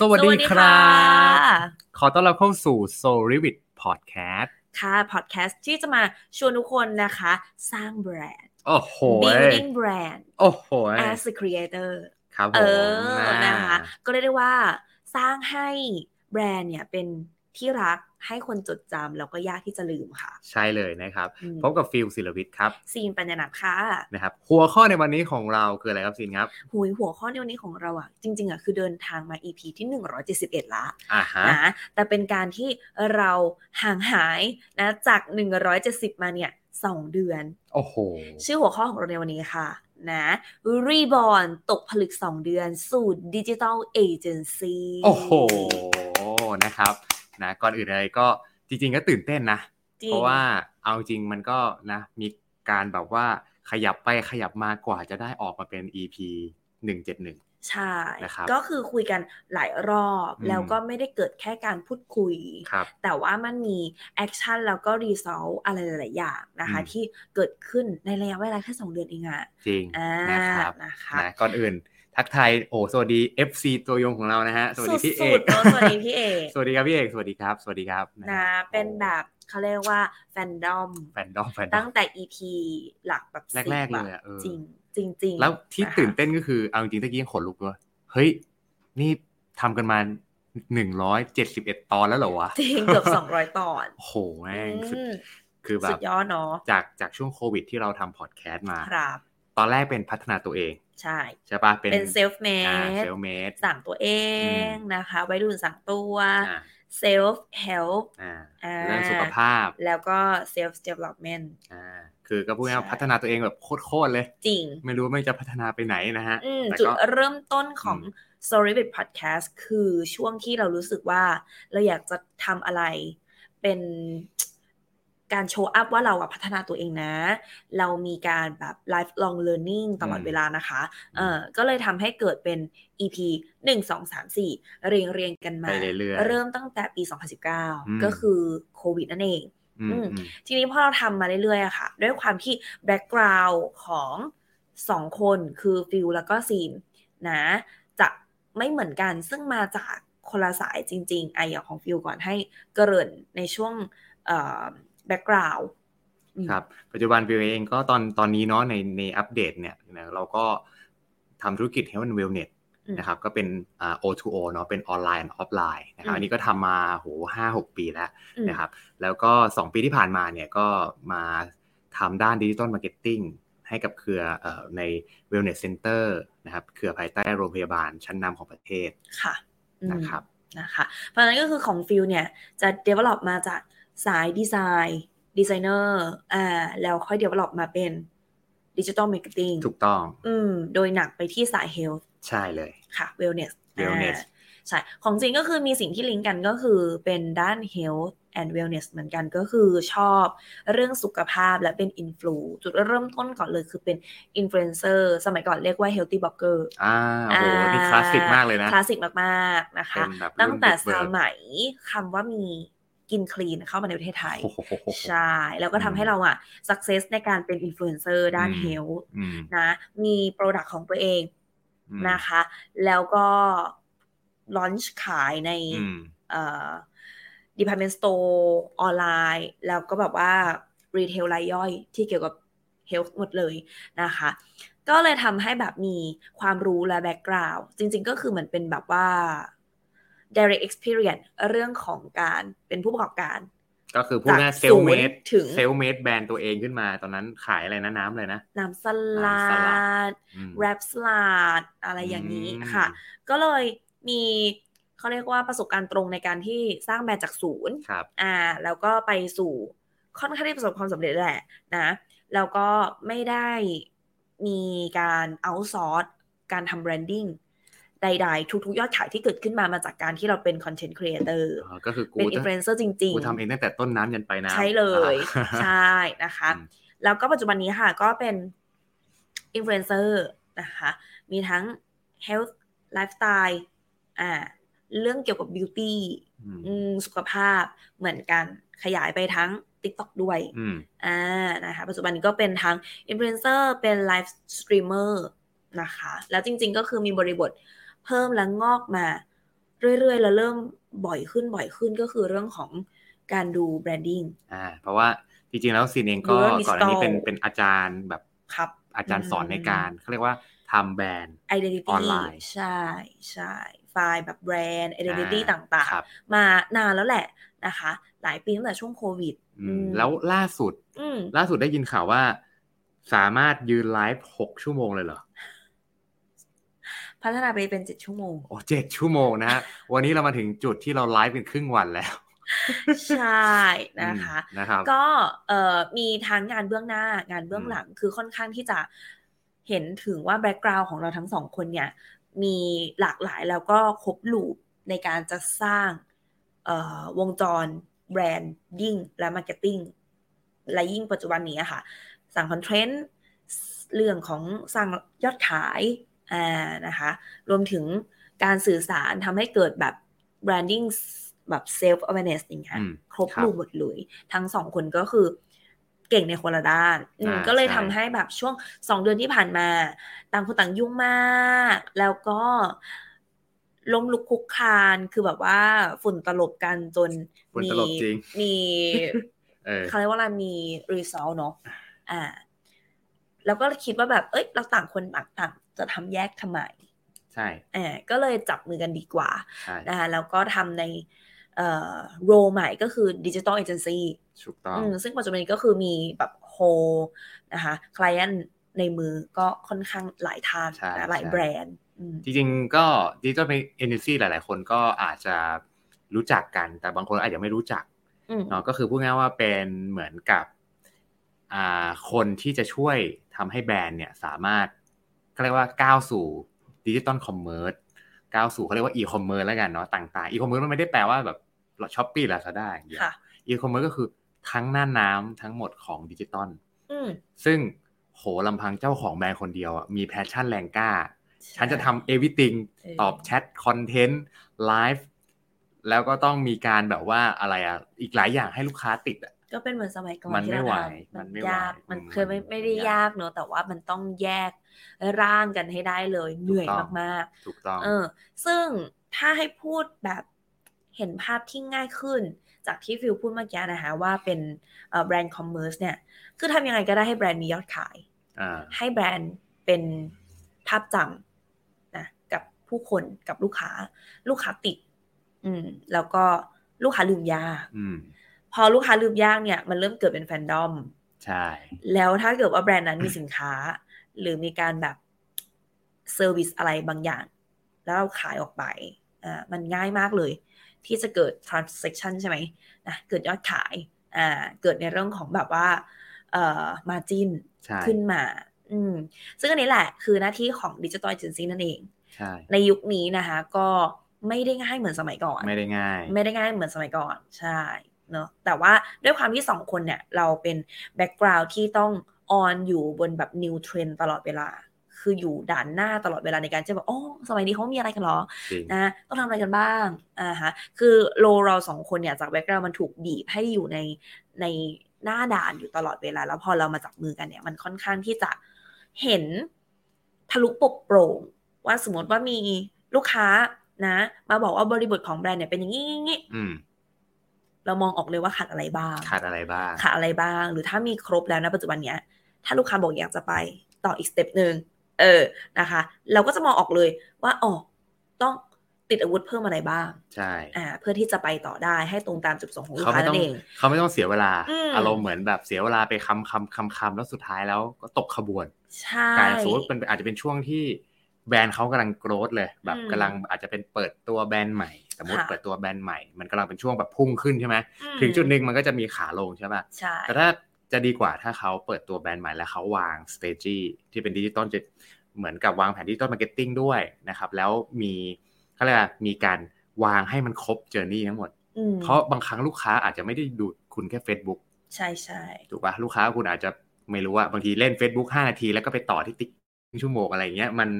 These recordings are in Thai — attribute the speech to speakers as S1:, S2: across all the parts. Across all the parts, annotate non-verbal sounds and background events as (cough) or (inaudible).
S1: สวัสดีครับ
S2: ะ
S1: ขอต้อนรับเข้าสู่ Soul Revit Podcast
S2: ค่ะพอดแคสต์ที่จะมาชวนทุกคนนะคะ สร้างแบรนด์
S1: โอ้โหย
S2: building brand
S1: โอ้โหย
S2: as a creator
S1: ครับผม
S2: เออนะคะ
S1: อ่า
S2: ก็เรียกได้ว่าสร้างให้แบรนด์เนี่ยเป็นที่รักให้คนจดจำแล้วก็ยากที่จะลืมค่ะ
S1: ใช่เลยนะครับ
S2: อืม
S1: พบกับฟิลศิลวิทย์ครับ
S2: ซีนปัญญานัทค่ะ
S1: นะครับ หัวข้อในวันนี้ของเราคืออะไรครับซีนครับ
S2: หุยหัวข้อในวันนี้ของเราอ่ะ จริงๆอ่ะคือเดินทางมา EP ที่ 171 ละ
S1: อ่าฮะ
S2: นะแต่เป็นการที่เราห่างหายนะจาก 170 มาเนี่ย 2 เดือน
S1: โอ้โห
S2: ชื่อหัวข้อของเราในวันนี้ค่ะนะรีบอ n ตกผลึก 2 เดือน สู่ดิจิ t a ลเอเจนซี
S1: โอ้โห นะครับนะก่อนอื่นอะไรก็จริงๆก็ตื่นเต้นนะ เพราะว่าเอาจริงมันก็นะ มีการแบบว่าขยับไปขยับมากว่าจะได้ออกมาเป็น EP 171
S2: ใช่
S1: นะครับ
S2: ก็คือคุยกันหลายรอบ
S1: อืม
S2: แล้วก็ไม่ได้เกิดแค่การพูดคุย
S1: ครับ
S2: แต่ว่ามันมีแอคชั่นแล้วก็รีซอลอะไรหลายๆอย่างนะคะ
S1: อืม
S2: ที่เกิดขึ้นในระยะเวลาแค่สองเดือนเองอะ
S1: จริง
S2: อ่า
S1: นะครับ
S2: นะคะ
S1: นะก่อนอื่นทักทายโอ้สวัสดี FC ตัวยงของเรานะฮะสวัสดีพี่เอก
S2: สุดๆเนอะสวัสดีพี่เอก
S1: (laughs) สวัสดีครับพี่เอกสวัสดีครับ สวัสดีครับฮ
S2: นะเป็นแบบเขาเรียกว่าแฟนดอม
S1: แฟนดอมแฟนดอ
S2: ตั้
S1: ม
S2: งแต่ EP หลักแบบสิบ
S1: แรกๆ
S2: อะ
S1: เลยอะเออ
S2: จริงจริงจริง
S1: แล้วที่
S2: ะคะ
S1: ตื่นเต้นก็คือเอาจริงๆตะกี้ยังขนลุกด้วยเฮ้ย นี่ทำกันมาหนึ่งร้อยเจ็ดสิบเอ็ดตอนแล้วเหรอวะ
S2: จริงเกือบ 200 ตอน
S1: โอ้โหแม่งสุด
S2: อืม
S1: คือแบ
S2: สุ
S1: บ
S2: ดยอดเนอะ
S1: จากจากช่วงโควิดที่เราทำพอดแคสต์มา
S2: ครับ
S1: ตอนแรกเป็นพัฒนาตัวเอง
S2: ใช่
S1: ใช่ปะเป็น
S2: เป็นเซลฟ์เม
S1: อ่าเซ
S2: ด
S1: ลเมด
S2: สั่งตัวเอง
S1: อืม
S2: นะคะไว้ดูสั่งตัว
S1: อ่า
S2: เซลฟ์เฮลป์
S1: อ่าเรื่องสุขภาพ
S2: แล้วก็เซลฟ์เดเวล็อปเมนต์
S1: อ่าคือก็พูดง่าย
S2: ใช่
S1: ๆพัฒนาตัวเองแบบโคตรๆเลย
S2: จริง
S1: ไม่รู้ไม่จะพัฒนาไปไหนนะฮะ
S2: อืม
S1: แต่
S2: จุด
S1: ก็
S2: เริ่มต้นของ
S1: อืม
S2: Story Bit Podcast คือช่วงที่เรารู้สึกว่า เราอยากจะทำอะไรเป็นการโชว์อัพว่าเราอะพัฒนาตัวเองนะ เรามีการแบบ lifelong learning ตลอด
S1: อืม
S2: เวลานะคะเออก็เลยทำให้เกิดเป็น EP 1 2 3 4 เรียงเรียงๆกัน
S1: ไป
S2: มา
S1: เรื่อย
S2: เริ่มตั้งแต่ปี
S1: ม
S2: 2019 ก็คือโควิดนั่นเอง
S1: ๆอืม
S2: อืม
S1: อืม
S2: ทีนี้พอเราทำมาเรื่อยๆอะค่ะ ด้วยความที่แบ็กกราวด์ของสองคนคือฟิลแล้วก็ซีนนะจะไม่เหมือนกันซึ่งมาจากคนละสายจริงๆไอะอย่างของฟิลก่อนให้เกริ่นในช่วงแบ็กกราวด์
S1: ครับปัจจุบันวิวเองก็ตอนตอนนี้เนาะในในอัปเดตเนี่ยนะเราก็ทำธุรกิจ Health and Wellness นะครับก็เป็นอ่า O2O เนาะเป็นออนไลน์ออฟไลน์นะครับอันนี้ก็ทำมาโหห้าหกปีแล้วนะครับแล้วก็ 2 ปีที่ผ่านมาเนี่ยก็มาทำด้านดิจิ t a ลมาร์เก็ตติ้งให้กับเครือเอ่อใน Wellness Center นะครับเครือภายใต้โรงพยาบาลชั้นนำของประเทศ
S2: ค่ะอืม
S1: นะครับ
S2: นะคะเพราะฉะนั้นก็คือของฟิลเนี่ยจะ develop มาจากสายดีไซน์ดีไซเนอร์อ่าแล้วค่อย develop มาเป็นดิจิทัลมาร์เก็ตติ้ง
S1: ถูกต้อง
S2: อืม โดยหนักไปที่สายเฮลท์
S1: ใช่เลย
S2: ค่ะ wellness อ่า
S1: Wellness
S2: ใช่ ของจริงก็คือมีสิ่งที่ลิงก์กันก็คือเป็นด้าน health and wellness เหมือนกันก็คือชอบเรื่องสุขภาพและเป็น influ จุดเริ่มต้นก่อนเลยคือเป็น influencer สมัยก่อนเรียกว่า healthy blogger
S1: อ่าโอ้โห
S2: อ่า
S1: นี่คลาสสิกมากเลยนะ
S2: คลาสสิกมาก ๆ นะคะ
S1: เป็นบบ
S2: ตั้งแต่ส
S1: รุ่นบุกเบิก
S2: มัยคำว่ามีกินคลีนเข้ามาในประเทศไทย
S1: โอ้โห
S2: ใช่ แล้วก็ทำให้เราอะ success ในการเป็น influencer ด้าน
S1: อืม
S2: health
S1: อืม
S2: นะ มี product ของตัวเอง
S1: อืม
S2: นะคะ แล้วก็ลอนช์ขายใน
S1: อืม
S2: เอ่อ department store ออนไลน์ แล้วก็แบบว่า รีเทลรายย่อยที่เกี่ยวกับ health หมดเลยนะคะ ก็เลยทำให้แบบมีความรู้และ background จริงๆก็คือเหมือนเป็นแบบว่า direct experience เรื่องของการเป็นผู้ประกอบการ
S1: ก็คือพูดง่าย
S2: จาก
S1: เซลเมด
S2: ศูนย์ถึง
S1: เซลเมดแบรนด์ตัวเองขึ้นมาตอนนั้นขายอะไรนะน้ำเลยนะ
S2: น้ำส
S1: น้ำ
S2: ลั
S1: สลั
S2: ด
S1: อืม
S2: แรปสลาดอะไรอย่างนี้ค่ะ
S1: อื
S2: ก็เลยมีเขาเรียกว่าประสบการณ์ตรงในการที่สร้างแบรนด์จากศูนย์
S1: มครับ
S2: อ่าแล้วก็ไปสู่ค่อนข้างที่ประสบความสำเร็จแหละนะแล้วก็ไม่ได้มีการเอาซอร์สการทำแบรนดิ้งใดๆ ทุกๆ ยอดขายที่เกิดขึ้นมามาจากการที่เราเป็นคอนเทนต์ครีเอเตอร์
S1: ก็คือกู
S2: เป็นอินฟลูเอนเซอร์จริง
S1: กูทำเองตั้งแต่ต้นน้ำยันปลาย
S2: ๆ
S1: น้ำ
S2: ใช่เลย
S1: อ่า
S2: ใช่นะคะ
S1: อืม
S2: แล้วก็ปัจจุบันนี้ค่ะก็เป็นอินฟลูเอนเซอร์นะคะ มีทั้ง health lifestyle อ่าเรื่องเกี่ยวกับ beauty
S1: อืม
S2: อืมสุขภาพเหมือนกันขยายไปทั้ง TikTok ด้วย
S1: อืม
S2: อ่านะคะปัจจุบันนี้ก็เป็นทั้งอินฟลูเอนเซอร์เป็นไลฟ์สตรีมเมอร์นะคะ แล้วจริงๆก็คือมีบริบทเพิ่มและงอกมา เรื่อยๆ แล้วเริ่มบ่อยขึ้นบ่อยขึ้นก็คือเรื่องของการดูแบรนดิ้ง
S1: อ่าเพราะว่าจริงๆแล้วซีนเองก็
S2: ดูว่ามี
S1: ก่อนอันนี้เป็น
S2: stall
S1: เป็นอาจารย์แบบ
S2: ครับ
S1: อาจารย์สอน
S2: อืม
S1: ในการเขาเรียกว่าทำแบรนด์
S2: identity
S1: ออนไลน์
S2: ใช่ใช่ไฟล์แบบแบรนด์ identity
S1: อ่
S2: ต่าง
S1: ครับ
S2: ๆ มานานแล้วแหละนะคะ หลายปีตั้งแต่ช่วงโควิด
S1: อื
S2: อื
S1: ม
S2: ม
S1: แล้วล่าสุด
S2: อืม
S1: ล่าสุดได้ยินข่าวว่า สามารถยืนไลฟ์หกชั่วโมงเลยเหรอ
S2: พัฒนาไปเป็น 7 ชั่วโมง
S1: โอ้เจ็ดชั่วโมงนะฮะ วันนี้เรามาถึงจุดที่เราไลฟ์กันครึ่งวันแล้ว
S2: ใช่นะคะ
S1: อืมนะครับ
S2: ก็เอ่อมีทั้งงานเบื้องหน้างานเบื้องหลังคือค่อนข้างที่จะเห็นถึงว่าแบ็กกราวน์ของเราทั้งสองคนเนี่ย มีหลากหลายแล้วก็ครบลูปในการจะสร้างเอ่อวงจรแบรนดิ้งและมาร์เก็ตติ้งและยิ่งปัจจุบันนี้อะค่ะ สั่งคอนเทนต์เรื่องของสร้างยอดขายอ่านะคะ รวมถึงการสื่อสารทำให้เกิดแบบ branding แบบ self awareness อย่างเงี้ย
S1: อืม
S2: ครบ
S1: ครับ
S2: รูปหมดเลย ทั้งสองคนก็คือเก่งในคนละด้านอืม
S1: อ่า
S2: ก็เลย
S1: ใช่
S2: ทำให้แบบช่วงสองเดือนที่ผ่านมา ต่างคนต่างยุ่งมาก แล้วก็ล้มลุกคลุกคลาน คือแบบว่าฝุ่นตลบกันจน
S1: ฝุ่น
S2: มี
S1: ตลบจริง
S2: มี
S1: เอ (laughs) อ
S2: เขาเรียกว่าอะไรมี รีซอลเนาะอ่า แล้วก็คิดว่าแบบ เอ้ย เราต่างคนต่างต่างจะทำแยกทำไม
S1: ใช่
S2: เออก็เลยจับมือกันดีกว่า
S1: ใช่
S2: นะคะแล้วก็ทำในเอ่อโรใหม่ก็คือดิจิ t a ลเอเจนซี่
S1: ถูกต้อง
S2: อืมซึ่งปัจจุบันนก็คือมีแบบโฮนะคะคล i อนในมือก็ค่อนข้างหลายทาง
S1: ใช่
S2: นะหลาย
S1: ใช่
S2: แบรนด์อืม
S1: จริงๆก็ดิจิทัลเอเจนซี่หลาย ๆ คนก็อาจจะรู้จักกัน แต่บางคนอาจจะไม่รู้จัก
S2: อืม
S1: เนาะก็คือพูดง่ายๆว่าเป็นเหมือนกับอ่าคนที่จะช่วยทำให้แบรนด์เนี่ยสามารถเขาเรียกว่าก้าวสู่ดิจิตอลคอมเมอร์สก้าวสู่เขาเรียกว่าอีคอมเมอร์แล้วกันเนาะต่างๆอีคอมเมอร์มันไม่ได้แปลว่าแบบช้อปปี้ลาซาด้าอย่างเดียว
S2: ค่ะ
S1: อีคอมเมิร์ซก็คือทั้งหน้าน้ำทั้งหมดของดิจิตอล
S2: อืม
S1: ซึ่งโหลำพังเจ้าของแบรนด์คนเดียวอะมีแพชชั่นแรงกล้า
S2: ใช่
S1: ฉันจะทำ everything
S2: เ
S1: ตอบแชทคอนเทนต์ไลฟ์แล้วก็ต้องมีการแบบว่าอะไรอะอีกหลายอย่างให้ลูกค้าติดอะ
S2: ก็เป็นเหมือนสมัยก่อน
S1: มัน
S2: ที่เรา
S1: ไม่ไหว
S2: ทำ
S1: มั
S2: มัน
S1: นไม่ไหวย
S2: ากมัน
S1: อืม
S2: เคยไม่
S1: มัน
S2: ไม่ได้
S1: ยาก
S2: ยากเนอะแต่ว่ามันต้องแยกร่างกันให้ได้เลยเหนื่อย
S1: ถูกต้อง
S2: มาก
S1: ถูกต้อง
S2: ๆ เออ ซึ่งถ้าให้พูดแบบเห็นภาพที่ง่ายขึ้น จากที่ฟิลพูดเมื่อกี้นะคะว่าเป็นแบรนด์คอมเมอร์สเนี่ย คือทำยังไงก็ได้ให้แบรนด์มียอดขาย
S1: อ่า
S2: ให้แบรนด์เป็นภาพจำนะกับผู้คนกับลูกค้า ลูกค้าติด อืม แล้วก็ลูกค้าลืมยาก
S1: อืม
S2: พอลูกค้าลืมยากเนี่ย มันเริ่มเกิดเป็นแฟนดอม
S1: ใช่
S2: แล้วถ้าเกิดว่าแบรนด์นั้นมีสินค้า หรือมีการแบบเซอร์วิสอะไรบางอย่าง แล้วเราขายออกไปอ่ามันง่ายมากเลย ที่จะเกิด transaction ใช่ไหมนะเกิดยอดขายอ่าเกิดในเรื่องของแบบว่าเอ่อ margin
S1: ใช่
S2: ขึ้นมา อืม ซึ่งอันนี้แหละคือหน้าที่ของดิจิ t a ลเอเจนซี่นั่นเอง
S1: ใช่
S2: ในยุคนี้นะคะ ก็ไม่ได้ง่ายเหมือนสมัยก่อน
S1: ไม่ได้ง่าย
S2: ไม่ได้ง่ายเหมือนสมัยก่อน ใช่ เนอะแต่ว่าด้วยความที่สองคนเนี่ย เราเป็นแบ็กกราว n ์ที่ต้องออนอยู่บนแบบนิวเทรนตลอดเวลา คืออยู่ด่านหน้าตลอดเวลาในการจะแบบโอ้สมัยนี้เขามีอะไรกันเหรอ
S1: จริง
S2: นะต้องทำอะไรกันบ้างอ่าฮะคือโลเราสองคนเนี่ยจากแบ็กกราวมันถูกบีบให้อยู่ในในหน้าด่านอยู่ตลอดเวลา แล้วพอเรามาจับมือกันเนี่ย มันค่อนข้างที่จะเห็นทะลุปลุกโปร่ง ว่าสมมติว่ามีลูกค้านะ มาบอกว่าบริบทของแบรนด์เนี่ยเป็นอย่างนี้อย่างนี้
S1: อืม
S2: เรามองออกเลยว่าขาดอะไรบ้าง
S1: ขาดอะไรบ้าง
S2: ขาดอะไรบ้าง หรือถ้ามีครบแล้วนะปัจจุบันเนี้ยถ้าลูกค้าบอกอยากจะไปต่ออีกสเต็ปหนึ่งเออนะคะ เราก็จะมองออกเลยว่าอ๋อต้องติดอาวุธเพิ่มอะไรบ้าง
S1: ใช่
S2: อ่าเพื่อที่จะไปต่อได้ให้ตรงตามจุดประสงค์ของลูก
S1: เขา
S2: ค้า
S1: ไม่ต้อ
S2: นั่
S1: ง
S2: นเอง
S1: เขาไม่ต้องเสียเวลา
S2: อืม
S1: อารมณ์เหมือนแบบเสียเวลาไปคำคำคำคำแล้วสุดท้ายแล้วก็ตกขบวน
S2: ใช่
S1: กลายเป็นสมมติมันอาจจะเป็นช่วงที่แบรนด์เขากำลังโกรธเลย แบบ
S2: อืม
S1: กำลังอาจจะเป็นเปิดตัวแบรนด์ใหม่ สมมติ
S2: ค่ะ
S1: เปิดตัวแบรนด์ใหม่ มันกำลังเป็นช่วงแบบพุ่งขึ้นใช่ไหม
S2: อืม
S1: ถึงจุดหนึ่งมันก็จะมีขาลงใช่ป่ะ
S2: ใช่
S1: แต่ถ้าจะดีกว่าถ้าเขาเปิดตัวแบรนด์ใหม่แล้วเขาวาง s t r a t e g y ที่เป็นดิจิตอลจะเหมือนกับวางแผนดิจิตอลมาร์เก็ตติ้งด้วยนะครับ แล้วมีเขาเรียกว่ามีการวางให้มันครบเจอร์นี่ทั้งหมด
S2: อืม
S1: เพราะบางครั้งลูกค้าอาจจะไม่ได้ดูคุณแค่ Facebook
S2: ใช่ใช่
S1: ถูกปะลูกค้าคุณอาจจะไม่รู้ว่าบางทีเล่น Facebook 5 นาที แล้วก็ไปต่อที่ติ๊กชั่วโมงอะไรอย่างเงี้ยมัน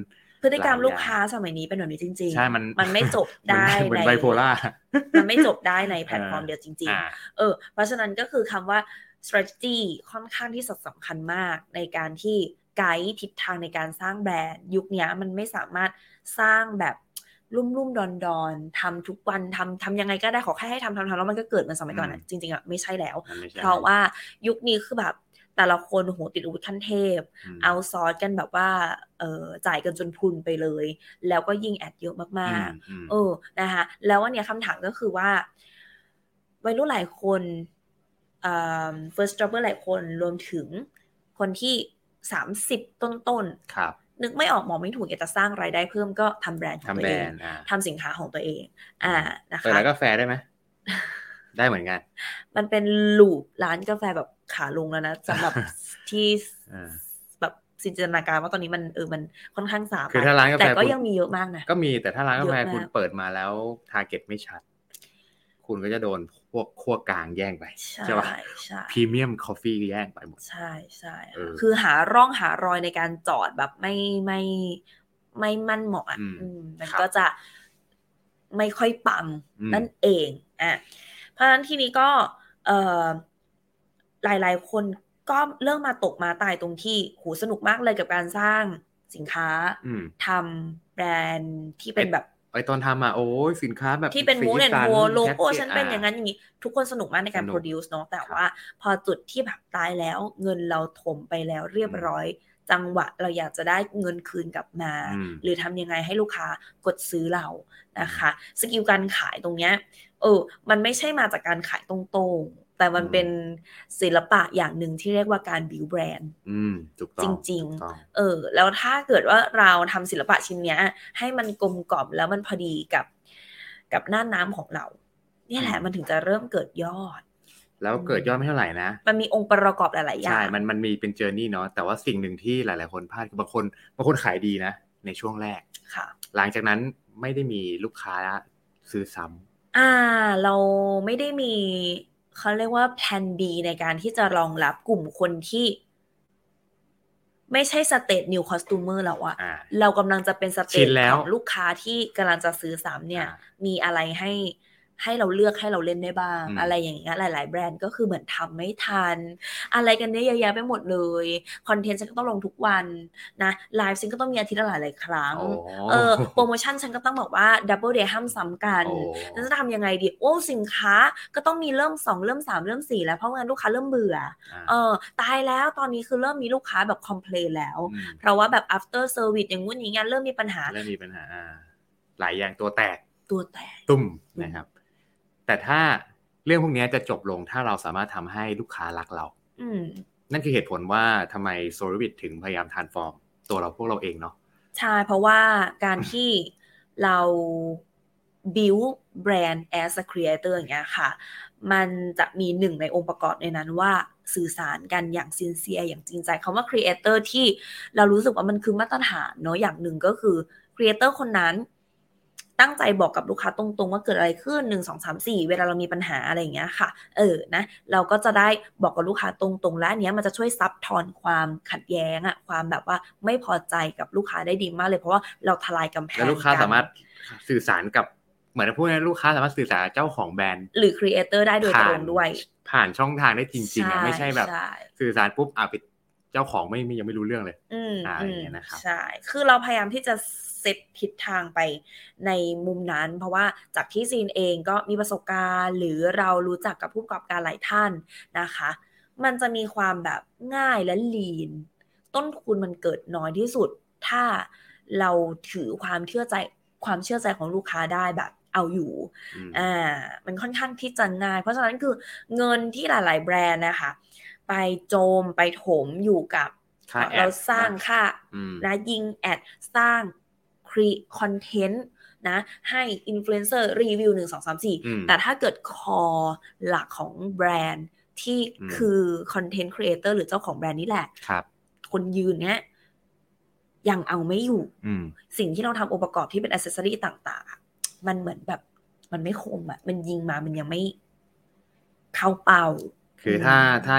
S2: พฤติกรรม
S1: หลายอย่าง
S2: ลูกค้าสมัยนี้เป็นแบบนี้จริง
S1: ใช่มัน
S2: มันไม่จบได้
S1: เห (laughs) มือน
S2: ใน
S1: ไบโพล่า
S2: มันไม่จบได้ในแพลตฟอร์ม
S1: อ่า
S2: เดียวจริง
S1: อ่า
S2: ๆ เออ เพราะฉะนั้นก็คือคำว่า strategy ค่อนข้างที่สำคัญมาก ในการที่ไกด์ทิศทางในการสร้างแบรนด์ ยุคเนี้ยมันไม่สามารถสร้างแบบ รุ่มรุ่มดอนดอนๆทำทุกวันทำทำยังไงก็ได้ขอแค่ให้ทำทำทำแล้วมันก็เกิดเหมันสมัยก่อนอะ
S1: อืม
S2: จริงๆอะไม่ใช่แล้ว
S1: มันไม่ใช่
S2: เพราะว่ายุคนี้คือแบบแต่ละคนโหติดอาวุธขั้นเทพ
S1: ม
S2: เอาซอสกันแบบว่าเออจ่ายกันจนพรุนไปเลย แล้วก็ยิงแอดเยอะมาก
S1: อืมอืม
S2: ๆ เออนะคะแล้ววันเนี้ยคำถามก็คือว่าวัยรุ่นหลายคนเอ่อ first jobber หลายคนรวมถึงคนที่ 30 ต้น
S1: ครับ
S2: ๆ นึกไม่ออกมองไม่ถูกอยากจะสร้างรายได้เพิ่มก็ทำแบรนด์ของ
S1: ทำแบ
S2: ตัว
S1: ร
S2: เอง
S1: นด์อ่า
S2: ทำสินค้าของตัวเอง อ่านะ
S1: เปิด
S2: คะ
S1: ร้านกาแฟได้ไหม ได้เหมือนกัน
S2: มันเป็นลูปร้านกาแฟแบบขาลงแล้วนะสำหรับ
S1: (laughs)
S2: ที่
S1: อ่า
S2: แบบจินตนาการว่าตอนนี้มันเออมันค่อนข้างสาม
S1: คือถ้าร้านกาแฟ
S2: แต่ก็
S1: คุณ
S2: ยังมีเยอะมากนะ
S1: ก็มีแต่ถ้าร้านกาแฟ
S2: เยอะมาก
S1: คุณเปิดมาแล้วทาร์เก็ตไม่ชัด คุณก็จะโดนพวกขั้วกลางแย่งไป
S2: ใช่
S1: ใช่ปะ
S2: ใช่
S1: พรีเมียมคอฟฟี่แย่งไปหมด
S2: ใช่ใช่
S1: เออ
S2: คือหาร่องหารอยในการจอดแบบไม่ไม่ไม่มั่นเหมาะอ่ะ
S1: อืม
S2: อืมมัน
S1: ครับ
S2: ก็จะไม่ค่อยปัง
S1: อืม
S2: นั่นเองอ่ะเพราะฉะนั้นทีนี้ก็เอ่อหลายๆ คนก็เริ่มมาตกมาตายตรงที่โหูสนุกมากเลยกับการสร้างสินค้า
S1: อืม
S2: ทำแบรนด์ที่เป็นแบบ
S1: ไอตอนทำอ่ะโอ้ยสินค้าแบบ
S2: ที่เป็นมู
S1: สี
S2: เน
S1: สั
S2: โวโลโก้
S1: แพ็คกจ
S2: ฉันเป็นอย่างนั้นอย่างนี้ ทุกคนสนุกมากในการ
S1: ส
S2: โป
S1: ก
S2: รดิวซ์เนาะแต่
S1: ครับ
S2: ว่าพอจุดที่แบบตายแล้วเงินเราถมไปแล้วเรียบ
S1: อืม
S2: ร้อย จังหวะเราอยากจะได้เงินคืนกลับมา
S1: อืม
S2: หรือทำยังไงให้ลูกค้ากดซื้อเรานะคะสกิลการขายตรงเนี้ยเออมันไม่ใช่มาจากการขายตรงๆ แต่มันเป็นศิลปะอย่างหนึ่งที่เรียกว่าการบิวแบรนด์
S1: อืมถูกต้อง
S2: จริงๆ
S1: ถูกต้อง
S2: เออแล้วถ้าเกิดว่าเราทำศิลปะชิ้นเนี้ย ให้มันกลมกล่อมแล้วมันพอดีกับ กับหน้าน้ำของเรา เนี่ยแหละ
S1: อืม
S2: มันถึงจะเริ่มเกิดยอด
S1: แล้วเกิดยอดไม่เท่าไหร่นะ
S2: มันมีองค์ประกอบหลาย ๆ อย่า
S1: ใช่
S2: ง
S1: มันมันมีเป็นเจอร์นี่เนาะ แต่ว่าสิ่งหนึ่งที่หลาย ๆ คนพลาดคือบางคนบางคนขายดีนะ ในช่วงแรก
S2: ค่ะ
S1: หลังจากนั้นไม่ได้มีลูกค้าซื้อซ้ำ
S2: อ่า เราไม่ได้มีเขาเรียกว่าแผน B ในการที่จะรองรับกลุ่มคนที่ ไม่ใช่สเตตนิวคอสตูเมอร์แล้วอะ
S1: อ่า
S2: เรากำลังจะเป็นสเต
S1: ชิ
S2: จ
S1: นแล้ว
S2: ของลูกค้าที่กำลังจะซื้อซ้ำเนี่ย
S1: อ่า
S2: มีอะไรให้ให้เราเลือกให้เราเล่นได้บ้าง
S1: อืม
S2: อะไรอย่างเงี้ยหลาย ๆ แบรนด์ก็คือเหมือนทำไม่ทัน อะไรกันเนี่ยเยอะแยะไปหมดเลยคอนเทนต์ฉันก็ต้องลงทุกวันนะไลฟ์ฉันก็ต้องมีอาทิตย์ละหลายๆครั้ง
S1: โอ้
S2: เออโปรโมชั่นฉันก็ต้องบอกว่าดับเบิลเดย์ห้ามซ้ำกัน
S1: โอ้
S2: ฉันจะทำยังไงดี โอ้สินค้าก็ต้องมีเริ่ม 2 เริ่ม 3 เริ่ม 4 แล้วเพราะงั้นลูกค้าเริ่มเบื่อเอ
S1: อ่า
S2: อตายแล้วตอนนี้คือเริ่มมีลูกค้าแบบคอมเพลนแล้ว
S1: ม
S2: เพราะว่าแบบ after service อย่างงู้นอย่างงี้เริ่มมีปัญหา
S1: เริ่มมีปัญหาอ่าหลายอย่างตัวแตก
S2: ตัวแตก
S1: ตุ่มนะครับ แต่ถ้าเรื่องพวกเนี้ยจะจบลงถ้าเราสามารถทำให้ลูกค้ารักเรา
S2: อืม
S1: นั่นคือเหตุผลว่าทำไมโซลิวิทถึงพยายามทานฟอร์ม ตัวเราพวกเราเองเนาะ
S2: ใช่ เพราะว่าการที่เรา build brand as a creator อย่างเงี้ยค่ะ มันจะมีหนึ่งในองค์ประกอบในนั้นว่าสื่อสารกันอย่างซินเซียอย่างจริงใจคำว่า creator ที่เรารู้สึกว่ามันคือมาตรฐานเนาะอย่างหนึ่งก็คือ creator คนนั้น ตั้งใจบอกกับลูกค้าตรงๆ ว่าเกิดอะไรขึ้น 1 2 3 4 เวลาเรามีปัญหาอะไรอย่างเงี้ยค่ะ เออนะ เราก็จะได้บอกกับลูกค้าตรงๆ และอันเนี้ยมันจะช่วยซับทอนความขัดแย้งอะความแบบว่าไม่พอใจกับลูกค้าได้ดีมากเลยเพราะว่าเราทลายกำแพง
S1: แล้วลูกค้าสามารถ
S2: น
S1: สื่อสารกับเหมือนพูดง่ายๆลูกค้าสามารถสื่อสารกับเจ้าของแบรนด์
S2: หรือครีเอเตอร์ได้โดยตรงด้วย
S1: ผ่านช่องทางได้จริงๆอะไม่ใช่แบบ
S2: ใช่
S1: สื่อสารปุ๊บอ่ะไปเจ้าของไม่ไม่ยังไม่รู้เรื่องเลย
S2: อืม
S1: อะไร
S2: อื
S1: อย่าง
S2: ม
S1: เงี้ยนะครับ
S2: ใช่ คือเราพยายามที่จะเซตทิศทางไปในมุมนั้น เพราะว่าจากที่ซีนเองก็มีประสบการณ์ หรือเรารู้จักกับผู้ประกอบการหลายท่านนะคะ มันจะมีความแบบง่ายและลีน ต้นทุนมันเกิดน้อยที่สุด ถ้าเราถือความเชื่อใจความเชื่อใจของลูกค้าได้แบบเอาอยู่
S1: อืม
S2: อ่า มันค่อนข้างที่จะง่าย เพราะฉะนั้นคือเงินที่หลาย ๆ แบรนด์นะคะ ไปโจมไปถมอยู่กับ
S1: ค่าแอด
S2: เราสร้างค่า
S1: อืม
S2: นะยิงแอด สร้างครีคอนเทนต์นะ ให้อินฟลูเอนเซอร์รีวิวหนึ่งสองสามสี่
S1: อืม
S2: แต่ถ้าเกิดคอหลักของแบรนด์ที่
S1: อืม
S2: คือคอนเทนต์ครีเอเตอร์หรือเจ้าของแบรนด์นี่แหละ
S1: ครับ
S2: คนยืนเนี้ยยังเอาไม่อยู่
S1: อืม
S2: สิ่งที่เราทำองค์ประกอบที่เป็นอ c เซสซอรีต่างๆอะมันเหมือนแบบ มันไม่คมอ่ะ มันยิงมามันยังไม่เข้าเป้า
S1: คือถ้าถ้า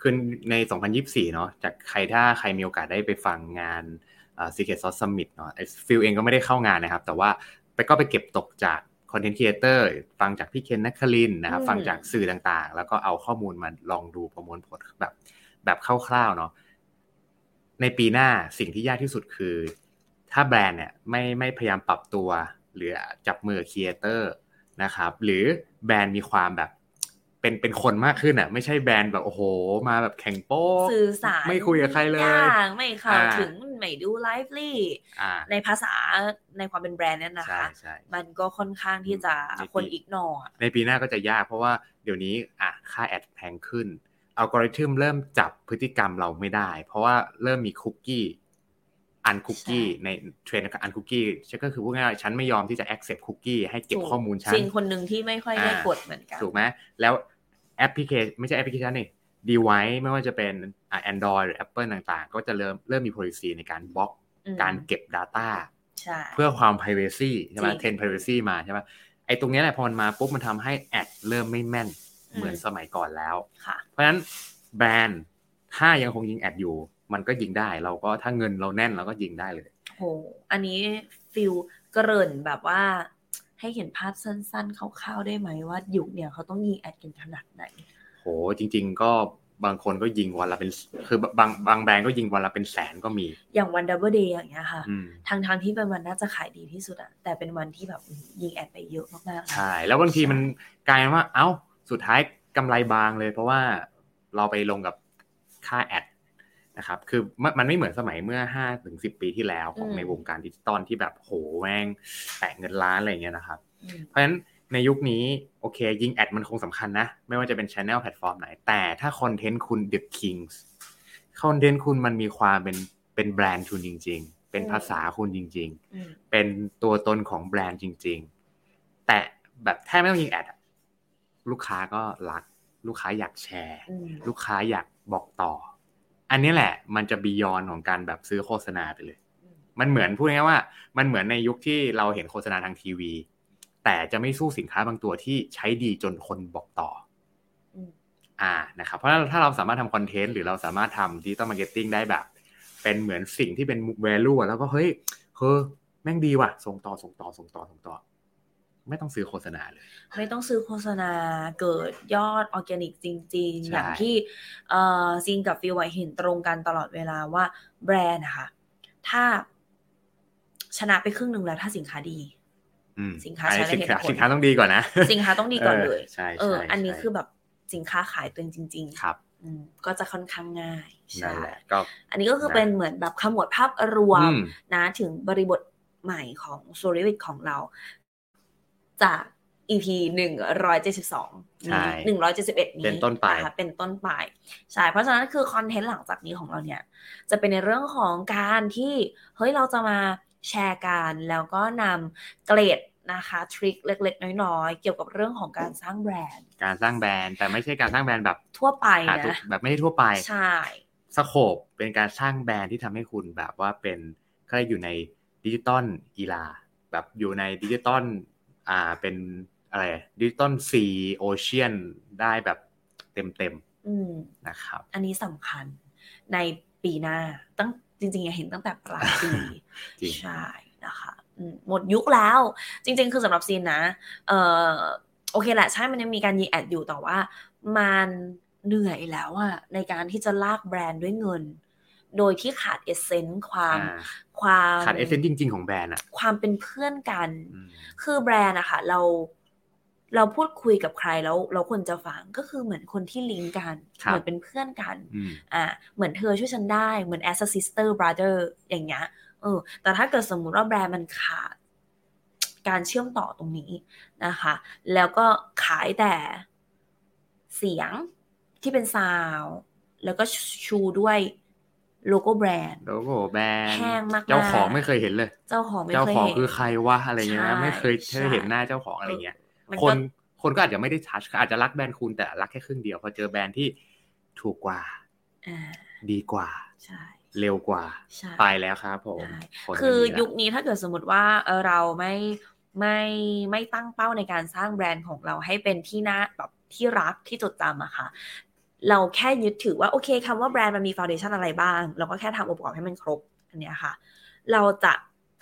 S1: คือใน 2024 เนาะจากใครถ้าใครมีโอกาสได้ไปฟังงานอ่า Secret Sauce Summit เนาะไอ้ฟิลเองก็ไม่ได้เข้างานนะครับ แต่ว่าไปก็ไปเก็บตกจากคอนเทนต์ครีเอเตอร์ฟังจากพี่เคนนักคลินทร์นะครับ ฟังจากสื่อต่างๆ แล้วก็เอาข้อมูลมาลองดูประมวลผลแบบแบบคร่าวๆเนาะในปีหน้าสิ่งที่ยากที่สุดคือ ถ้าแบรนด์เนี่ยไม่ไม่พยายามปรับตัว หรือจับมือครีเอเตอร์นะครับหรือแบรนด์มีความแบบเป็นเป็นคนมากขึ้นอ่ะไม่ใช่แบรนด์แบบโอ้โห มาแบบแข่งโป๊ะ
S2: สื่อสาร
S1: ไม่คุยกับใครเลย
S2: ย่างไม่เข้า
S1: อ่า
S2: ถึงไม่ดูไลฟ์ลี่
S1: อ่า
S2: ในภาษาในความเป็นแบรนด์เนี่ยนะ
S1: ใช่
S2: คะ
S1: ใช่
S2: มันก็ค่อนข้างที่จะ
S1: อืม
S2: คนอีกนอ
S1: ในปีหน้าก็จะยากเพราะว่าเดี๋ยวนี้อ่ะค่าแอดแพงขึ้นอัลกอริทึมเริ่มจับพฤติกรรมเราไม่ได้ เพราะว่าเริ่มมีคุกกี้อันคุกกี้ในเทรนด์อันคุกกี้ก็คือพูดง่ายๆฉันไม่ยอมที่จะ accept คุกกี้ให้เก็บข้อมูลฉัน
S2: สิ่งคนหนึ่งที่ไม่ค่อยได้
S1: อ่า
S2: กดเหมือนกัน
S1: ถูกไหมแล้วแอปพลิเคชันไม่ใช่แอปพลิเคชันนี่ดีไว e ไม่ว่าจะเป็นอ่ะ Android หรือ Apple ต่างๆ ก็จะเริ่มเริ่มมี policy ในการบล็อก
S2: อืม
S1: การเก็บ Data
S2: ใช่
S1: เพื่อความ privacy ใช่ไหม
S2: จริง
S1: เทรน privacy มาใช่ไหมไอ้ตรงเนี้ยแหละพอมันมาปุ๊บมันทำให้แอดเริ่มไม่แม่น เหมือนสมัยก่อนแล้ว
S2: ค่ะ
S1: เพราะฉะนั้นแบรนด์ถ้ายังคงยิงแอดอยู่ มันก็ยิงได้เราก็ถ้าเงินเราแน่นเราก็ยิงได้เลย
S2: โห อันนี้ฟิลเกริ่นแบบว่า ให้เห็นภาพสั้นๆคร่าวๆได้ไหมว่ายุคเนี่ยเขาต้องยิงแอดกันขนาดไหน
S1: โหจริง ๆ ก็บางคนก็ยิงวันละเป็นคือบางบางแบรนด์ก็ยิงวันละเป็นแสนก็มี
S2: อย่างวันดับเบิลเดย์อย่างเงี้ยค่ะ
S1: อืม
S2: ทางทางๆที่เป็นวันน่าจะขายดีที่สุดอะแต่เป็นวันที่แบบยิงแอดไปเยอะมากๆนะ
S1: ใช่ แล้วบางทีมันกลายเป็นว่า เอ้าสุดท้ายกำไรบางเลย เพราะว่าเราไปลงกับค่าแอดนะครับคือมันมันไม่เหมือนสมัยเมื่อ5้าถึงสิปีที่แล้วของในวงการดิจิตอลที่แบบโหแม่งแตะเงินล้านอะไรอย่างเงี้ยนะครับ
S2: อืม
S1: เพราะฉะนั้นในยุคนี้โอเคยิงแอดมันคงสำคัญนะ ไม่ว่าจะเป็นช anel แพลตฟอร์มไหน แต่ถ้าคอนเทนต์คุณ The Kings คอนเทนต์คุณมันมีความเป็นเป็นแบรนด์คุณจริง ๆ เป็นภาษาคุณจริง
S2: อืม
S1: ๆ เป็นตัวตนของแบรนด์จริง ๆ แต่แบบแทบไม่ต้องยิงแอดอะลูกค้าก็รัก ลูกค้าอยากแชร์
S2: อืม
S1: ลูกค้าอยากบอกต่อ อันนี้แหละมันจะบียอนของการแบบซื้อโฆษณาไปเลย
S2: อืม
S1: มันเหมือนพูดง่ายๆว่ามันเหมือนในยุคที่เราเห็นโฆษณาทางทีวี แต่จะไม่สู้สินค้าบางตัวที่ใช้ดีจนคนบอกต่อ
S2: อืม
S1: อ่านะครับเพราะฉะนั้นถ้าเราสามารถทำคอนเทนต์หรือเราสามารถทำดิจิตอลมาร์เก็ตติ้งได้แบบ เป็นเหมือนสิ่งที่เป็นแวลูแล้วก็เฮ้ยเฮ้ยแม่งดีว่ะ ส่งต่อส่งต่อส่งต่อส่งต่อ ไม่ต้องซื้อโฆษณาเลย
S2: ไม่ต้องซื้อโฆษณาเกิดยอดออร์แกนิกจริง
S1: ใช่
S2: ๆ อย่างที่เอ่อซีนกับฟิวอะเห็นตรงกันตลอดเวลาว่าแบรนด์นะคะถ้าชนะไปครึ่งหนึ่งแล้วถ้าสินค้าดี
S1: อืม
S2: สินค้า
S1: อันนี้
S2: ใช้
S1: สิน
S2: ได้
S1: ค้า
S2: เหตุผล
S1: สินค้าต้องดีก่อนนะ
S2: สินค้าต้องดีก่อนเลย
S1: ใช่
S2: เออ
S1: ใช่
S2: อันนี้
S1: ใช่
S2: คือแบบสินค้าขายตัวเองจริงๆ
S1: ครับ
S2: อืมก็จะค่อนข้างง่ายใช่
S1: นั่นแหละก็
S2: อันนี้ก็คือเป็นเหมือนแบบขมวดภาพรวม
S1: อืม
S2: นะถึงบริบทใหม่ของโซลิวิตของเรา จาก EP หนึ่งร้อยเจ็ดสิบสอง
S1: ใช่
S2: หนึ่งร้อยเจ็ดสิบเอ็ดนี้
S1: เป็นต้นไป
S2: ะคะเป็นต้นไปใช่เพราะฉะนั้นคือคอนเทนต์หลังจากนี้ของเราเนี่ย จะเป็นในเรื่องของการที่ เฮ้ยเราจะมาแชร์กันแล้วก็นำเกรดนะคะทริคเล็ก ๆ น้อยๆ เกี่ยวกับเรื่องของการสร้างแบรนด์
S1: การสร้างแบรนด์แต่ไม่ใช่การสร้างแบรนด์แบบ
S2: ทั่วไป
S1: หาตัว
S2: นะ
S1: แบบไม่ได้ทั่วไป
S2: ใช่
S1: สโคบเป็นการสร้างแบรนด์ที่ทำให้คุณแบบว่าเป็นก็ได้อยู่ในดิจิตอลอีลาแบบอยู่ในดิจิตอลอ่าเป็นอะไรดิจิตอลซีโอเชียนได้แบบเต็มเต็ม
S2: อืม
S1: ๆนะครับ
S2: อันนี้สำคัญในปีหน้าตั้งจริงๆเห็นตั้งแต่ปลายปี
S1: จริง
S2: ใช่นะคะอืมหมดยุคแล้ว จริง ๆ คือสำหรับซีนนะเออโอเคแหละใช่มันยังมีการยิงแอดอยู่แต่ว่า มันเหนื่อยแล้วอะในการที่จะลากแบรนด์ด้วยเงิน โดยที่ขาดเอเซนต์ความ
S1: อ่า
S2: ความ
S1: ขาดเอเซนต์จริง ๆ ของแบรนด์อ่ะ
S2: ความเป็นเพื่อนกัน
S1: อืม
S2: คือแบรนด์อะค่ะเราเราพูดคุยกับใครแล้วเราคนจะฟังก็คือเหมือนคนที่ลิงก์กัน เหมือนเป็นเพื่อนกัน
S1: อืม
S2: อ่าเหมือนเธอช่วยฉันได้ เหมือน as a sister brother อย่างเงี้ยเออแต่ถ้าเกิดสมมุติว่าแบรนด์มันขาด การเชื่อมต่อตรงนี้นะคะ แล้วก็ขายแต่เสียงที่เป็นซาวด์แล้วก็ชูด้วยโลโก้แบรนด์
S1: แล้วก็แบรนด์
S2: แพงมากๆ
S1: เจ้าของไม่เคยเห็นเลย
S2: เจ้าของไม่
S1: เจ้า
S2: เคย
S1: ของ
S2: เห็น
S1: คือใครวะอะไรเงี้ย
S2: ใช่
S1: ไม่เคย
S2: ใช่
S1: ได้เห็นหน้าเจ้าของอะไรเงี้ย
S2: มัน
S1: ค
S2: ก็
S1: นคนก็อาจจะไม่ได้ทัชอาจจะรักแบรนด์คุณแต่รักแค่ครึ่งเดียวพอเจอแบรนด์ที่ถูกกว่า
S2: อ่า
S1: ดีกว่า
S2: ใช่
S1: เร็วกว่า
S2: ใช่
S1: ไปแล้วครับผม
S2: ใช่
S1: นไม่
S2: คือ
S1: มีละ
S2: ยุคนี้ถ้าเกิดสมมติว่าเอ่อเราไม่ไม่ไม่ตั้งเป้าในการสร้างแบรนด์ของเราให้เป็นที่น่าแบบที่รักที่จดจำอะค่ะ เราแค่ยึดถือว่าโอเคคำว่าแบรนด์มันมีฟาวเดชันอะไรบ้าง เราก็แค่ทำองค์ประกอบให้มันครบอันเนี้ยค่ะ เราจะ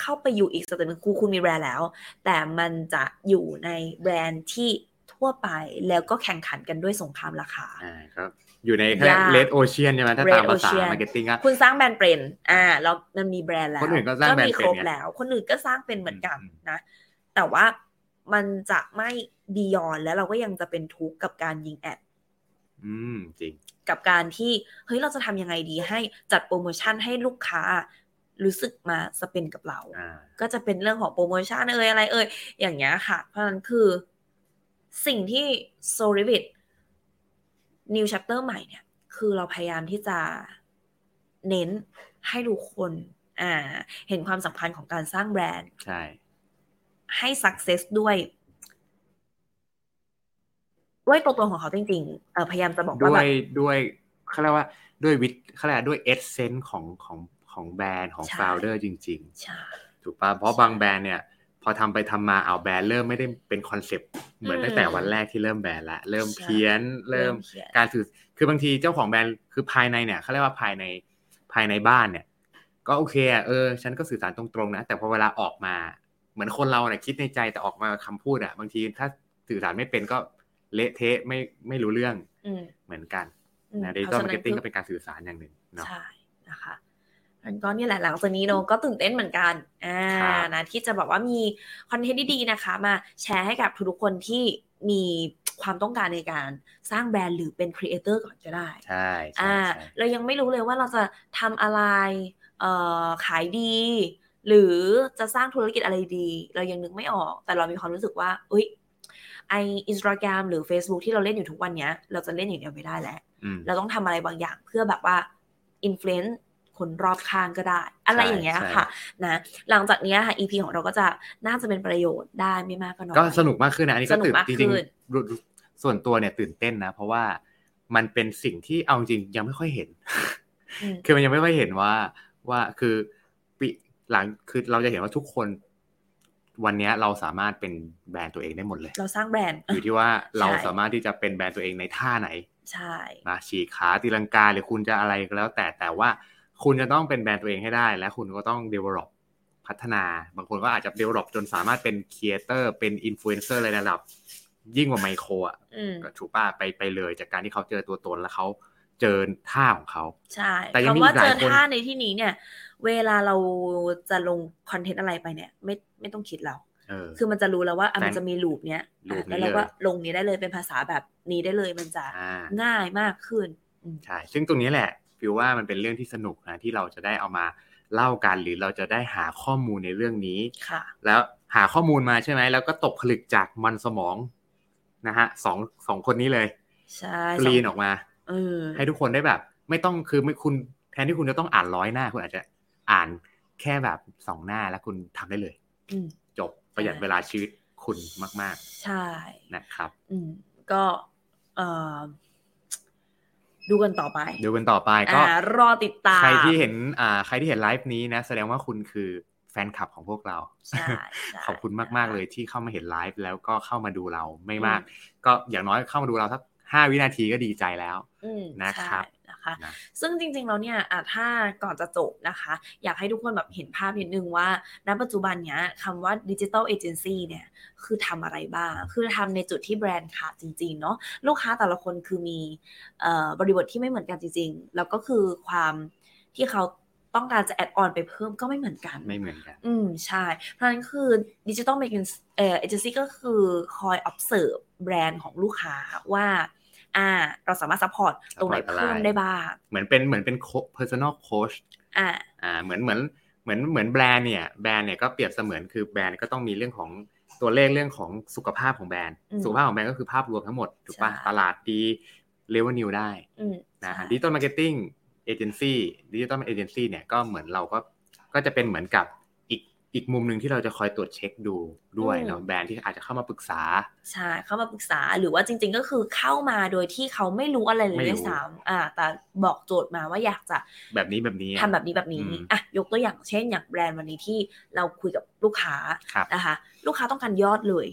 S2: เข้าไปอยู่อีกสเต็ปหนึงคือคุณมีแบรนด์แล้ว แต่มันจะอยู่ในแบรนด์ที่ทั่วไปแล้วก็แข่งขันกันด้วยสงครามราคา
S1: อ่าครับอยู่ในคะแนน
S2: ยาก
S1: เลดโอเชียนใช่ไหมถ้า
S2: Red
S1: ตามภาษา
S2: Ocean
S1: มาร์เก็ตติ้งอะ
S2: คุณสร้างแบรนด์เป็นอ่าแล้วมันมีแบรนด์แล้ว
S1: คนอื่นก็สร้างแบรนด์
S2: มี
S1: เป็
S2: คน รบ
S1: ไง
S2: แล้ว คนอื่นก็สร้างเป็นเหมือนกัน
S1: อืม
S2: นะ แต่ว่ามันจะไม่บียอนแล้วเราก็ยังจะเป็นทุกข์กับการยิงแอด
S1: อืมจริง
S2: กับการที่เฮ้ยเราจะทำยังไงดีให้จัดโปรโมชั่นให้ลูกค้ารู้สึกมาสเปนกับเรา
S1: อ่า
S2: ก็จะเป็นเรื่องของโปรโมชั่นเอ่ยอะไรเอ่ยอย่างเงี้ยค่ะ เพราะฉะนั้นคือสิ่งที่โซลิวิต New Chapter ใหม่เนี่ย คือเราพยายามที่จะเน้นให้ทุกคนอ่าเห็นความสำคัญของการสร้างแบรนด์
S1: ใช่
S2: ให้ success ด้วย ด้วยตัวตนของเขาจริงๆเอ่อพยายามจะบอกว่า
S1: ด้ว
S2: แบบ
S1: ยด้วยเขาเรียกว่าด้วยวิทเขาเรียกว่าด้วยเอเซนส์ของของของแบรนด์ของ
S2: ใช่
S1: ฟาวเดอร์จริง
S2: ใช่
S1: ๆ ถูกป่ะเพราะบางแบรนด์เนี่ย พอทำไปทำมาเอาแบรนด์เริ่มไม่ได้เป็นคอนเซปต์เหมือน
S2: อืม
S1: ตั้งแต่วันแรกที่เริ่มแบรนด์ละเริ่ม
S2: ใช่
S1: เพี้ยนเริ่ม
S2: เขียน
S1: การสื่อคือบางทีเจ้าของแบรนด์คือภายในเนี่ยเขาเรียกว่าภายในภายในบ้านเนี่ย ก็โอเคอะเออฉันก็สื่อสารตรงๆนะ แต่พอเวลาออกมาเหมือนคนเราเนี่ยคิดในใจแต่ออกมาคำพูดอะบางทีถ้าสื่อสารไม่เป็นก็เละเทะไม่ไม่รู้เรื่อง
S2: อืม
S1: เหมือนกัน
S2: อืม
S1: นะดิจิตอลมาร์เก็ตติ้ง
S2: พะฉะ
S1: ก็เป็นการสื่อสารอย่างหนึ่งเนาะ
S2: ใช่นะคะมันก็เนี่ยแหละหลังจากนี้โนก็ตื่นเต้นเหมือนกันอ่า
S1: ครับ
S2: นะที่จะบอกว่ามีคอนเทนต์ดีๆนะคะ มาแชร์ให้กับทุกๆคนที่มีความต้องการในการสร้างแบรนด์หรือเป็นครีเอเตอร์ก่อนก็ได้
S1: ใช่ใช่
S2: อ่า
S1: ใช่
S2: เรายังไม่รู้เลยว่าเราจะทำอะไรเอ่อขายดี หรือจะสร้างธุรกิจอะไรดี เรายังนึกไม่ออก แต่เรามีความรู้สึกว่าเอ้ยไออินสตาแกรมหรือ Facebook ที่เราเล่นอยู่ทุกวันเนี้ย เราจะเล่นอย่างเดียวไม่ได้แล้ว
S1: อืม
S2: เราต้องทำอะไรบางอย่างเพื่อแบบว่าอินฟลูเอนซ์คนรอบข้างก็ได้ อะไร
S1: ใช่
S2: อย่างเงี้ย
S1: ใช่
S2: ค่ะนะหลังจากเนี้ยค่ะ EP ของเราก็จะน่าจะเป็นประโยชน์ได้ไม่มากก็น้อย
S1: ก็สนุกมากขึ้นนะอันนี้ก็
S2: ส
S1: ตื่
S2: นุก
S1: น
S2: มาก
S1: จ
S2: ขึ้น
S1: ริงๆรู้รู้ส่วนตัวเนี่ยตื่นเต้นนะ เพราะว่ามันเป็นสิ่งที่เอาจริงยังไม่ค่อยเห็น
S2: อืม
S1: คือมันยังไม่ค่อยเห็นว่าว่าคือปีหลังคือเราจะเห็นว่าทุกคน วันเนี้ยเราสามารถเป็นแบรนด์ตัวเองได้หมดเลย
S2: เราสร้างแบรนด์
S1: อยู่ที่ว่าเรา
S2: ใช่
S1: สามารถที่จะเป็นแบรนด์ตัวเองในท่าไหน
S2: ใช่
S1: นะฉีกขาตีลังกาหรือคุณจะอะไรก็แล้ว แต่แต่ว่าคุณจะต้องเป็นแบรนด์ตัวเองให้ได้ และคุณก็ต้อง develop พัฒนา บางคนก็อาจจะ develop จนสามารถเป็นครีเอเตอร์เป็นอินฟลูเอนเซอร์ในระดับ ยิ่งกว่าไมโครอ่ะ
S2: อืม
S1: ก็ถูกป้าไปไปเลยจากการที่เขาเจอตัวตนแล้วเขาเจอท่าของเขา
S2: ใช่
S1: แต่ยังมี
S2: คำว่า
S1: อีกห
S2: เจ
S1: ลาย
S2: อ
S1: คน
S2: ท่าในที่นี้เนี่ย เวลาเราจะลงคอนเทนต์อะไรไปเนี่ย ไม่ไม่ต้องคิดเรา
S1: เออ
S2: คือมันจะรู้แล้วว่าอ่ะ
S1: แต่
S2: มันจะมีลูปเนี้ย
S1: ลูปนี้
S2: แล้วเราก็
S1: เลย
S2: ลงนี้ได้เลยเป็นภาษาแบบนี้ได้เลยมันจะ
S1: อ่า
S2: ง่ายมากขึ้นอืม
S1: ใช่ซึ่งตรงนี้แหละฟิวว่ามันเป็นเรื่องที่สนุกนะที่เราจะได้เอามาเล่ากันหรือเราจะได้หาข้อมูลในเรื่องนี้
S2: ค่ะ
S1: แล้วหาข้อมูลมาใช่ไหม แล้วก็ตกผลึกจากมันสมองนะฮะสองสองคนนี้เลย
S2: ใช่
S1: กรีนออกมา
S2: เออ
S1: ให้ทุกคนได้แบบ ไม่ต้องคือไม่คุณแทนที่คุณจะต้องอ่านร้อยหน้า คุณอาจจะอ่านแค่แบบสองหน้าแล้วคุณทำได้เลย
S2: อืม
S1: จบประหยัดเวลาชีวิตคุณมาก
S2: ใช่
S1: ๆ นะครับ
S2: อืม ก็เอ่อดูกันต่อไป
S1: ดูกันต่อไปก็
S2: อ่ารอติดตาม
S1: ใครที่เห็นอ่าใครที่เห็นไลฟ์นี้นะ แสดงว่าคุณคือแฟนคลับของพวกเรา
S2: ใช่ใช่
S1: (laughs) ขอบคุณมาก ๆ เลยที่เข้ามาเห็นไลฟ์แล้วก็เข้ามาดูเราไม่มาก ก็อย่างน้อยเข้ามาดูเราสักห้าวินาทีก็ดีใจแล้ว
S2: อืม
S1: นะครับ
S2: ใช่นะคะ
S1: นะ
S2: ซึ่งจริงๆแล้วเนี่ยอ่ะถ้าก่อนจะจบนะคะ อยากให้ทุกคนแบบเห็นภาพนิดนึงว่า ณ ปัจจุบันเนี้ยคำว่าดิจิทัลเอเจนซี่เนี่ย คือทำอะไรบ้าง คือทำในจุดที่แบรนด์ขาดจริงๆ เนาะลูกค้าแต่ละคนคือมีเอ่อบริบทที่ไม่เหมือนกันจริงๆ แล้วก็คือความที่เขาต้องการจะแอดออนไปเพิ่มก็ไม่เหมือนกัน
S1: ไม่เหมือนกัน
S2: อืม ใช่ เพราะฉะนั้นคือดิจิ t a ลเมกินเอ่อเอเจนซี่ก็คือคอย observe แบรนด์ของลูกค้าว่า อ่า เราสามารถ support ตรงไหน
S1: Support อะไร
S2: เพิ่มได้บ้าง
S1: เหมือนเป็นเหมือนเป็น co- personal coach
S2: อ่า
S1: อ่าเหมือนเหมือนเหมือนเหมือนแบรนด์เนี่ยแบรนด์เนี่ยก็เปรียบเสมือนคือแบรนด์ก็ต้องมีเรื่องของตัวเลขเรื่องของสุขภาพของแบรนด์
S2: อืม
S1: สุขภาพของแบรนด์ก็คือภาพรวมทั้งหมดถูกป่ะ
S2: ใช่
S1: ตลาดดีเลเวลนิวได้
S2: อืม
S1: นะ
S2: ใช่
S1: ดิจิตอลมาร์เก็ตติ้งเอเจนซี่ดิจิตอลเอเจนซี่เนี่ยก็เหมือนเราก็ก็จะเป็นเหมือนกับอีกอีกมุมหนึ่งที่เราจะคอยตรวจเช็คดูด้วยเนาะแบรนด์ที่อาจจะเข้ามาปรึกษา
S2: ใช่เข้ามาปรึกษาหรือว่าจริง ๆ ก็คือเข้ามาโดยที่เขาไม่รู้อะไรเลย
S1: ไม่รู้
S2: ด้วยซ้ำอ่า แต่บอกโจทย์มาว่าอยากจะ
S1: แบบนี้แบบนี้อะ
S2: ทำแบบนี้แบบนี้
S1: อืม
S2: อ่ะยกตัวอย่างเช่น อย่างแบรนด์วันนี้ที่เราคุยกับลูกค้า
S1: ครับ
S2: นะคะ ลูกค้าต้องการยอดเลย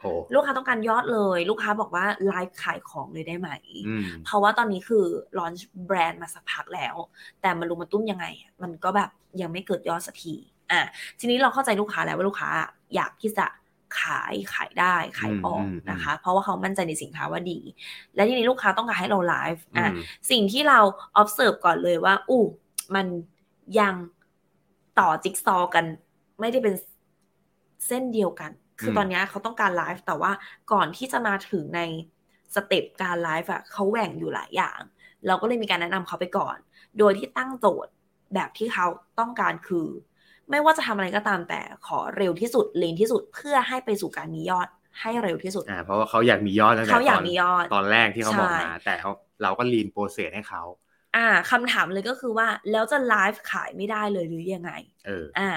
S1: โอ้
S2: ลูกค้าต้องการยอดเลย ลูกค้าบอกว่าไลฟ์ขายของเลยได้ไหม
S1: อืม
S2: เพราะว่าตอนนี้คือลอนช์แบรนด์มาสักพักแล้ว แต่มันรู้มาตุ้มยังไงอะมันก็แบบยังไม่เกิดยอดสักทีอ่ะทีนี้เราเข้าใจลูกค้าแล้วว่าลูกค้าอยากที่จะขายขายได้ขายออก
S1: อืมอืมอืม
S2: นะคะ เพราะว่าเขามั่นใจในสินค้าว่าดี และทีนี้ลูกค้าต้องการให้เราไลฟ์
S1: อื
S2: อ่ะ
S1: ม
S2: สิ่งที่เรา observe ก่อนเลยว่า อู้มันยังต่อจิ๊กซอว์กัน ไม่ได้เป็นเส้นเดียวกัน คือตอนเนี้ยเขาต้องการไลฟ์แต่ว่าก่อนที่จะมาถึงในสเต็ปการไลฟ์อะเขาแหว่งอยู่หลายอย่าง เราก็เลยมีการแนะนำเขาไปก่อน โดยที่ตั้งโจทย์แบบที่เขาต้องการคือ ไม่ว่าจะทำอะไรก็ตามแต่ขอเร็วที่สุดเลนที่สุดเพื่อให้ไปสู่การมียอดให้เร็วที่สุด
S1: อ่าเพราะว่าเขาอยากมียอดตั้งแต่
S2: เขาอยา
S1: ต
S2: ก
S1: น
S2: มียอด
S1: ตอนแรกที่เขาบอก
S2: ใช่
S1: มาแต่เขาเราก็ลีนโปรเซสให้เขา
S2: อ่าคำถามเลยก็คือว่าแล้วจะไลฟ์ขายไม่ได้เลยหรือยังไง
S1: เออ
S2: อ่า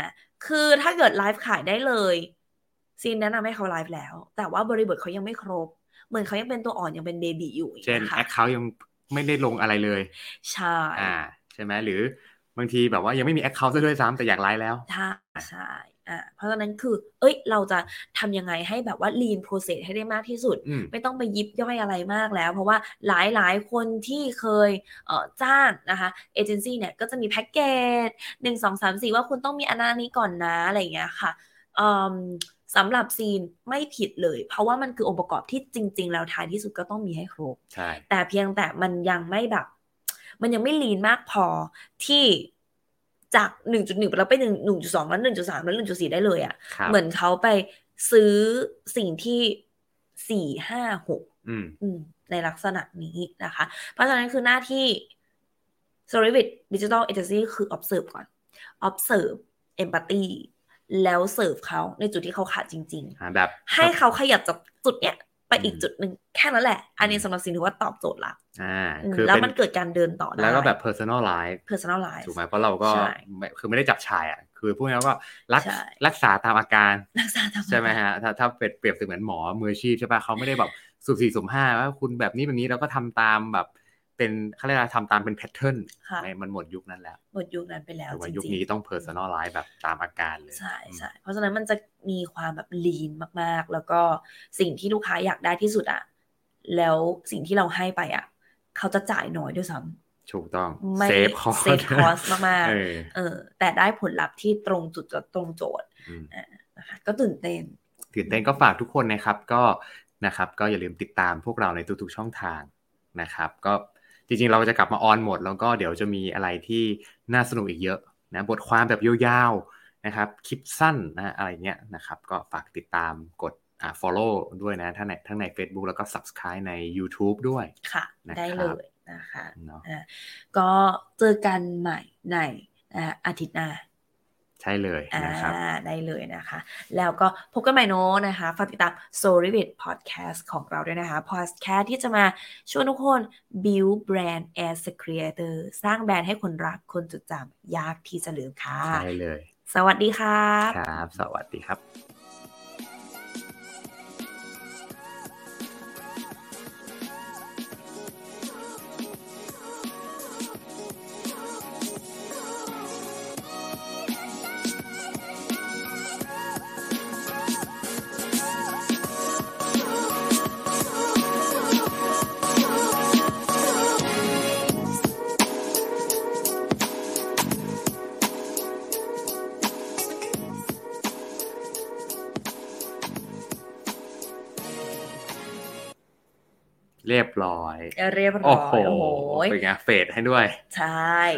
S2: คือถ้าเกิดไลฟ์ขายได้เลยซีนแนะนำให้เขาไลฟ์แล้ว แต่ว่าบริบทเขายังไม่ครบ เหมือนเขายังเป็นตัวอ่อนยังเป็นเบบีอยู่
S1: เช่น
S2: นะคะ
S1: แอคเคาท์ยังไม่ได้ลงอะไรเลย
S2: ใช่
S1: อ่า ใช่ไหมหรือบางทีแบบว่ายังไม่มีแอคเคาท์ซะด้วยซ้ำแต่อยากไลฟ์แล้ว
S2: ถ้าใช่อ่าเพราะฉะนั้นคือ เอ้ย เราจะทำยังไงให้แบบว่า lean process ให้ได้มากที่สุด
S1: อืม
S2: ไม่ต้องไปยิบย่อยอะไรมากแล้ว เพราะว่าหลายหลายคนที่เคยเอ่อจ้างนะคะเอเจนซี่เนี่ยก็จะมีแพ็กเกจหนึ่งสองสามสี่ว่าคุณต้องมีอันนั้นอันนี้ก่อนนะอะไรอย่างเงี้ยค่ะอืมสำหรับซีนไม่ผิดเลย เพราะว่ามันคือองค์ประกอบที่จริง ๆ แล้วท้ายที่สุดก็ต้องมีให้ครบ
S1: ใช่
S2: แต่เพียงแต่มันยังไม่แบบ มันยังไม่ลีนมากพอที่จาก 1.1 แล้วไป1 1.2 แล้ว 1.3 แล้ว 1.4 ได้เลยอะ
S1: ครับ
S2: เหมือนเขาไปซื้อสิ่งที่ 4 5 6
S1: อืม
S2: อืมในลักษณะนี้นะคะ เพราะฉะนั้นคือหน้าที่ s o l i v i t Digital Agency คือ observe ก่อน observe empathy แล้วเสิร์ฟเขาในจุดที่เขาขาดจริง
S1: อ่าแบบ
S2: ๆ ให้เขาขยับจากจุดเนี้ยไปอีก
S1: อืม
S2: จุดหนึ่งแค่นั้นแหละ อันนี้สำหรับสินถือว่าตอบโจทย์ละ
S1: อ่า
S2: อืม
S1: คือ
S2: แล้ว
S1: เป็
S2: มันเกิดการเดินต่อได้
S1: แล้วก็แบบ personalize
S2: personalize
S1: ถูกไหมเพราะเราก็
S2: ใช่
S1: ไม่คือไม่ได้จับชายอ่ะ คือพวกนี้เราก็รัก
S2: ใช่
S1: รักษาตามอา
S2: (laughs)
S1: การ
S2: รักษาธรร
S1: ใช่ไหมฮะ ถ้าถ้าเปรียบเปรียบเสมือนหมอมืออาชีพใช่ปะเขาไม่ได้แบบสุ่มสี่สุ่มห้าว่าคุณแบบนี้แบบนี้เราก็ทำตามแบบเป็นเขาเรียกอะไรทำตามเป็นแพทเทิร์น
S2: ค่ะ
S1: ไม่มันหมดยุคนั้นแล้ว
S2: หมดยุคนั้นไปแล้ว
S1: แต่ว่า
S2: จริงๆ
S1: ยุคนี้ต้อง personalize แบบตามอาการเลย
S2: ใช่ใช่เพราะฉะนั้นมันจะมีความแบบลีนมากๆ แล้วก็สิ่งที่ลูกค้าอยากได้ที่สุดอะแล้วสิ่งที่เราให้ไปอะเขาจะจ่ายน้อยด้วยซ้
S1: ถูกต้อง
S2: ำไม่
S1: เซฟคอส
S2: เซฟคอสมาก
S1: เออ
S2: ๆเออ แต่ได้ผลลัพธ์ที่ตรงจุดและตรงโจทย์
S1: อืม
S2: นะคะ ก็ตื่นเต้น
S1: ตื่นเต้นก็ฝากทุกคนนะครับก็นะครับก็อย่าลืมติดตามพวกเราในทุกๆช่องทางนะครับ ก็จริงๆเราจะกลับมาออนหมด แล้วก็เดี๋ยวจะมีอะไรที่น่าสนุกอีกเยอะนะบทความแบบยาวๆนะครับคลิปสั้นนะอะไรเงี้ยนะครับ ก็ฝากติดตามกดอ่า follow ด้วยนะทั้งในทั้งใน Facebook แล้วก็ subscribe ใน YouTube ด้วย
S2: ค่ะ
S1: นะครับ
S2: ได้เลยนะคะ
S1: เนาะ
S2: ก็เจอกันใหม่ในนะคะอาทิตย์หน้า
S1: ใช่เลย
S2: อ่า
S1: นะครับ
S2: ได้เลยนะคะ แล้วก็พบกันใหม่โน้นะคะฝากติดตาม s o r i v i t Podcast ของเราด้วยนะคะ Podcast ที่จะมาชวนทุกคน build brand as a creator สร้างแบรนด์ให้คนรักคนจดจำยากที่จะลืมค่ะ
S1: ใช่เลย
S2: สวัสดีครับ
S1: ครับ สวัสดีครับเรียบร้อย
S2: เรียบร้
S1: โอ้โ
S2: อ
S1: ห
S2: ย โอ้โห
S1: เป็นไงเฟดให้ด้วย
S2: ใช่